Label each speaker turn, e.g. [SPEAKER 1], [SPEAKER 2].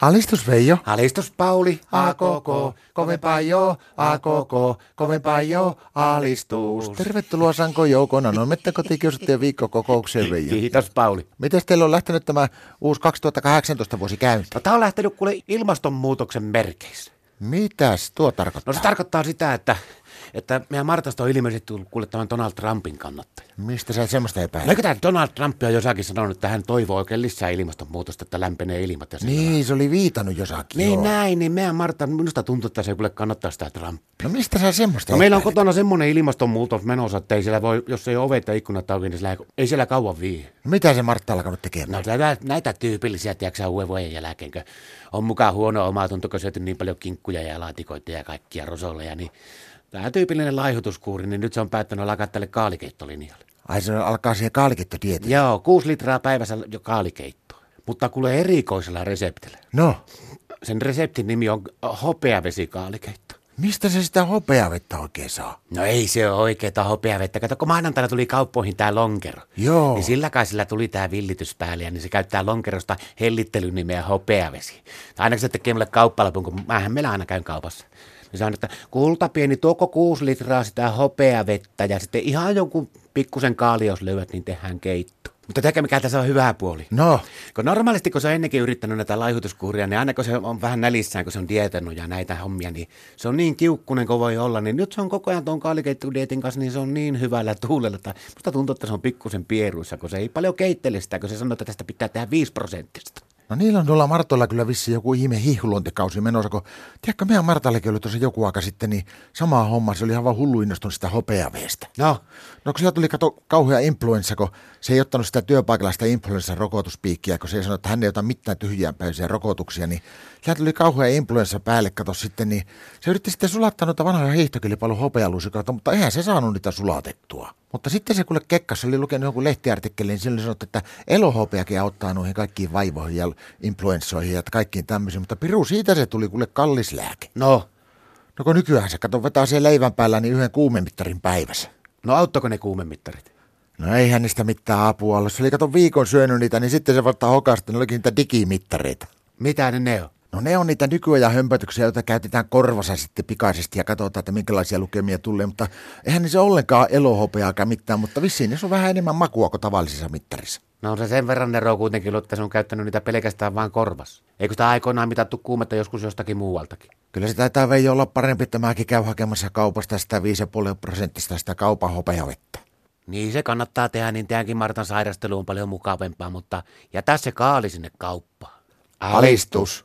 [SPEAKER 1] Alistus Veijo.
[SPEAKER 2] Alistus Pauli, a koko, kovempaa jo, a koko, kovempaa jo, alistus.
[SPEAKER 1] Tervetuloa Sanko Joukona. No mette kotikiusattujen viikkokokoukseen Veijo.
[SPEAKER 2] Kiitos Pauli.
[SPEAKER 1] Miten teillä on lähtenyt tämä uusi 2018 vuosi käyntiin?
[SPEAKER 2] No, tämä on lähtenyt kuule ilmastonmuutoksen merkeissä.
[SPEAKER 1] Mitäs tuo tarkoittaa?
[SPEAKER 2] No se tarkoittaa sitä, että, että meidän Martasta on ilmeisesti tullut kuule tämän Donald Trumpin kannattaja. No,
[SPEAKER 1] Mistä sä semmoista epäilet?
[SPEAKER 2] Eikö tämä Donald Trump on jossakin sanonut, että hän toivoo oikein lisää ilmastonmuutosta, että lämpenee ilmat ja sillä
[SPEAKER 1] Niin, se oli viitannut jossakin.
[SPEAKER 2] Niin
[SPEAKER 1] joo.
[SPEAKER 2] näin, niin meidän Martta, minusta tuntuu, että se ei kyllä kannattaa sitä Trump.
[SPEAKER 1] No mistä sä semmoista
[SPEAKER 2] No, meillä on
[SPEAKER 1] epäilet?
[SPEAKER 2] kotona semmoinen ilmastonmuutos menossa, että ei siellä voi, jos ei ole ovet ja ikkunat auki, niin siellä, ei- ei siellä kauan vii.
[SPEAKER 1] Mitä se Martta alkanut tekemään?
[SPEAKER 2] No tätä, näitä tyypillisiä, tiedätkö uuden vuoden jälkeenkö on mukaan huono omatunto, kun syöty niin paljon kinkkuja ja laatikoita ja kaikkia rosoleja, niin tämä tyypillinen laihutuskuuri, niin nyt se on päättänyt alkaa tälle kaalikeittolinjalle.
[SPEAKER 1] Ai se alkaa siihen kaalikettodietiin.
[SPEAKER 2] Joo, kuusi litraa päivässä jo kaalikeittoa, mutta kuule erikoisella reseptillä.
[SPEAKER 1] No,
[SPEAKER 2] Sen reseptin nimi on hopeavesikaalikeitto.
[SPEAKER 1] mistä se sitä hopeavettä oikein saa?
[SPEAKER 2] No ei se ole oikeeta hopeavettä. Kato, kun maanantaina tuli kauppoihin tämä lonkero.
[SPEAKER 1] Joo.
[SPEAKER 2] Niin sillä kai sillä tuli tämä villitys päälle, ja niin se käyttää lonkerosta hellittelyn nimeä hopeavesi. Tai ainakin se tekee mulle kauppalapun, kun mähän meillä aina käyn kaupassa. Niin sanon, että kulta pieni, tuoko kuusi litraa sitä hopeavettä, ja sitten ihan jonkun pikkusen kaali, jos löydät, niin tehdään keitto. Mutta tiedätkö, mikä tässä on hyvä puoli?
[SPEAKER 1] No,
[SPEAKER 2] Kun normaalisti, kun se on ennenkin yrittänyt näitä laihutuskuuria, niin aina kun se on vähän nälissään, kun se on dietannut ja näitä hommia, niin se on niin kiukkunen kuin voi olla. Niin nyt se on koko ajan tuon kaalikeittudietin kanssa, niin se on niin hyvällä tuulella. Että musta tuntuu, että se on pikkusen pieruissa, kun se ei paljon keittele sitä, kun se sanoo, että tästä pitää tehdä 5 prosenttista.
[SPEAKER 1] No niillä on tuolla Martoilla kyllä vissi joku ihme hiihulointikausi menossa, kun tiedätkö, meidän Martallakin oli tuossa joku aika sitten, niin sama homma, se oli aivan hullu innostunut sitä hopeaveestä.
[SPEAKER 2] No,
[SPEAKER 1] No kun sillä tuli kato kauhea influenssa, kun se ei ottanut sitä työpaikalla sitä influenssan rokotuspiikkiä, kun se ei sanonut, että hän ei ota mitään tyhjäänpäisiä rokotuksia, niin sillä tuli kauhea influenssa päälle, kato sitten, niin se yritti sitten sulattaa noita vanhoja hiihtokilpailun hopealusikata, mutta eihän se saanut niitä sulatettua. Mutta sitten se kuule kekkas, se oli lukenut jonkun lehtiartikkelin, niin silloin sanottiin, että elohopeakin auttaa noihin kaikkiin vaivoihin ja influenssoihin ja kaikkiin tämmöisiin, mutta piru siitä se tuli kuule kallis lääke.
[SPEAKER 2] no,
[SPEAKER 1] No kun nykyään se kato vetää siellä leivän päällä niin yhden kuumemittarin päivässä.
[SPEAKER 2] no auttako ne kuumemittarit?
[SPEAKER 1] No eihän niistä mitään apua ollut. Se oli kato viikon syönyt niitä, niin sitten se vasta hokasta, ne olikin niitä digimittareita.
[SPEAKER 2] Mitä ne ne on?
[SPEAKER 1] No ne on niitä nykyajan hömpötyksiä, joita käytetään korvassa sitten pikaisesti ja katsotaan, että minkälaisia lukemia tulee. Mutta eihän niissä olekaan elohopeaakaan mitään, mutta vissiin niissä on vähän enemmän makua kuin tavallisissa mittarissa.
[SPEAKER 2] No on se sen verran ero kuitenkin, ollut, että se on käyttänyt niitä pelkästään vain korvas. Eikö sitä aikoinaan mitattu kuumetta joskus jostakin muualtakin?
[SPEAKER 1] Kyllä se taitaa Veijo olla parempi, että mäkin käyn hakemassa kaupasta sitä 5,5 prosenttista sitä kaupan hopeavettä.
[SPEAKER 2] Niin se kannattaa tehdä, niin tämänkin Martan sairastelu on paljon mukavampaa, mutta jätä se kaali sinne kauppaan.
[SPEAKER 1] Alistus.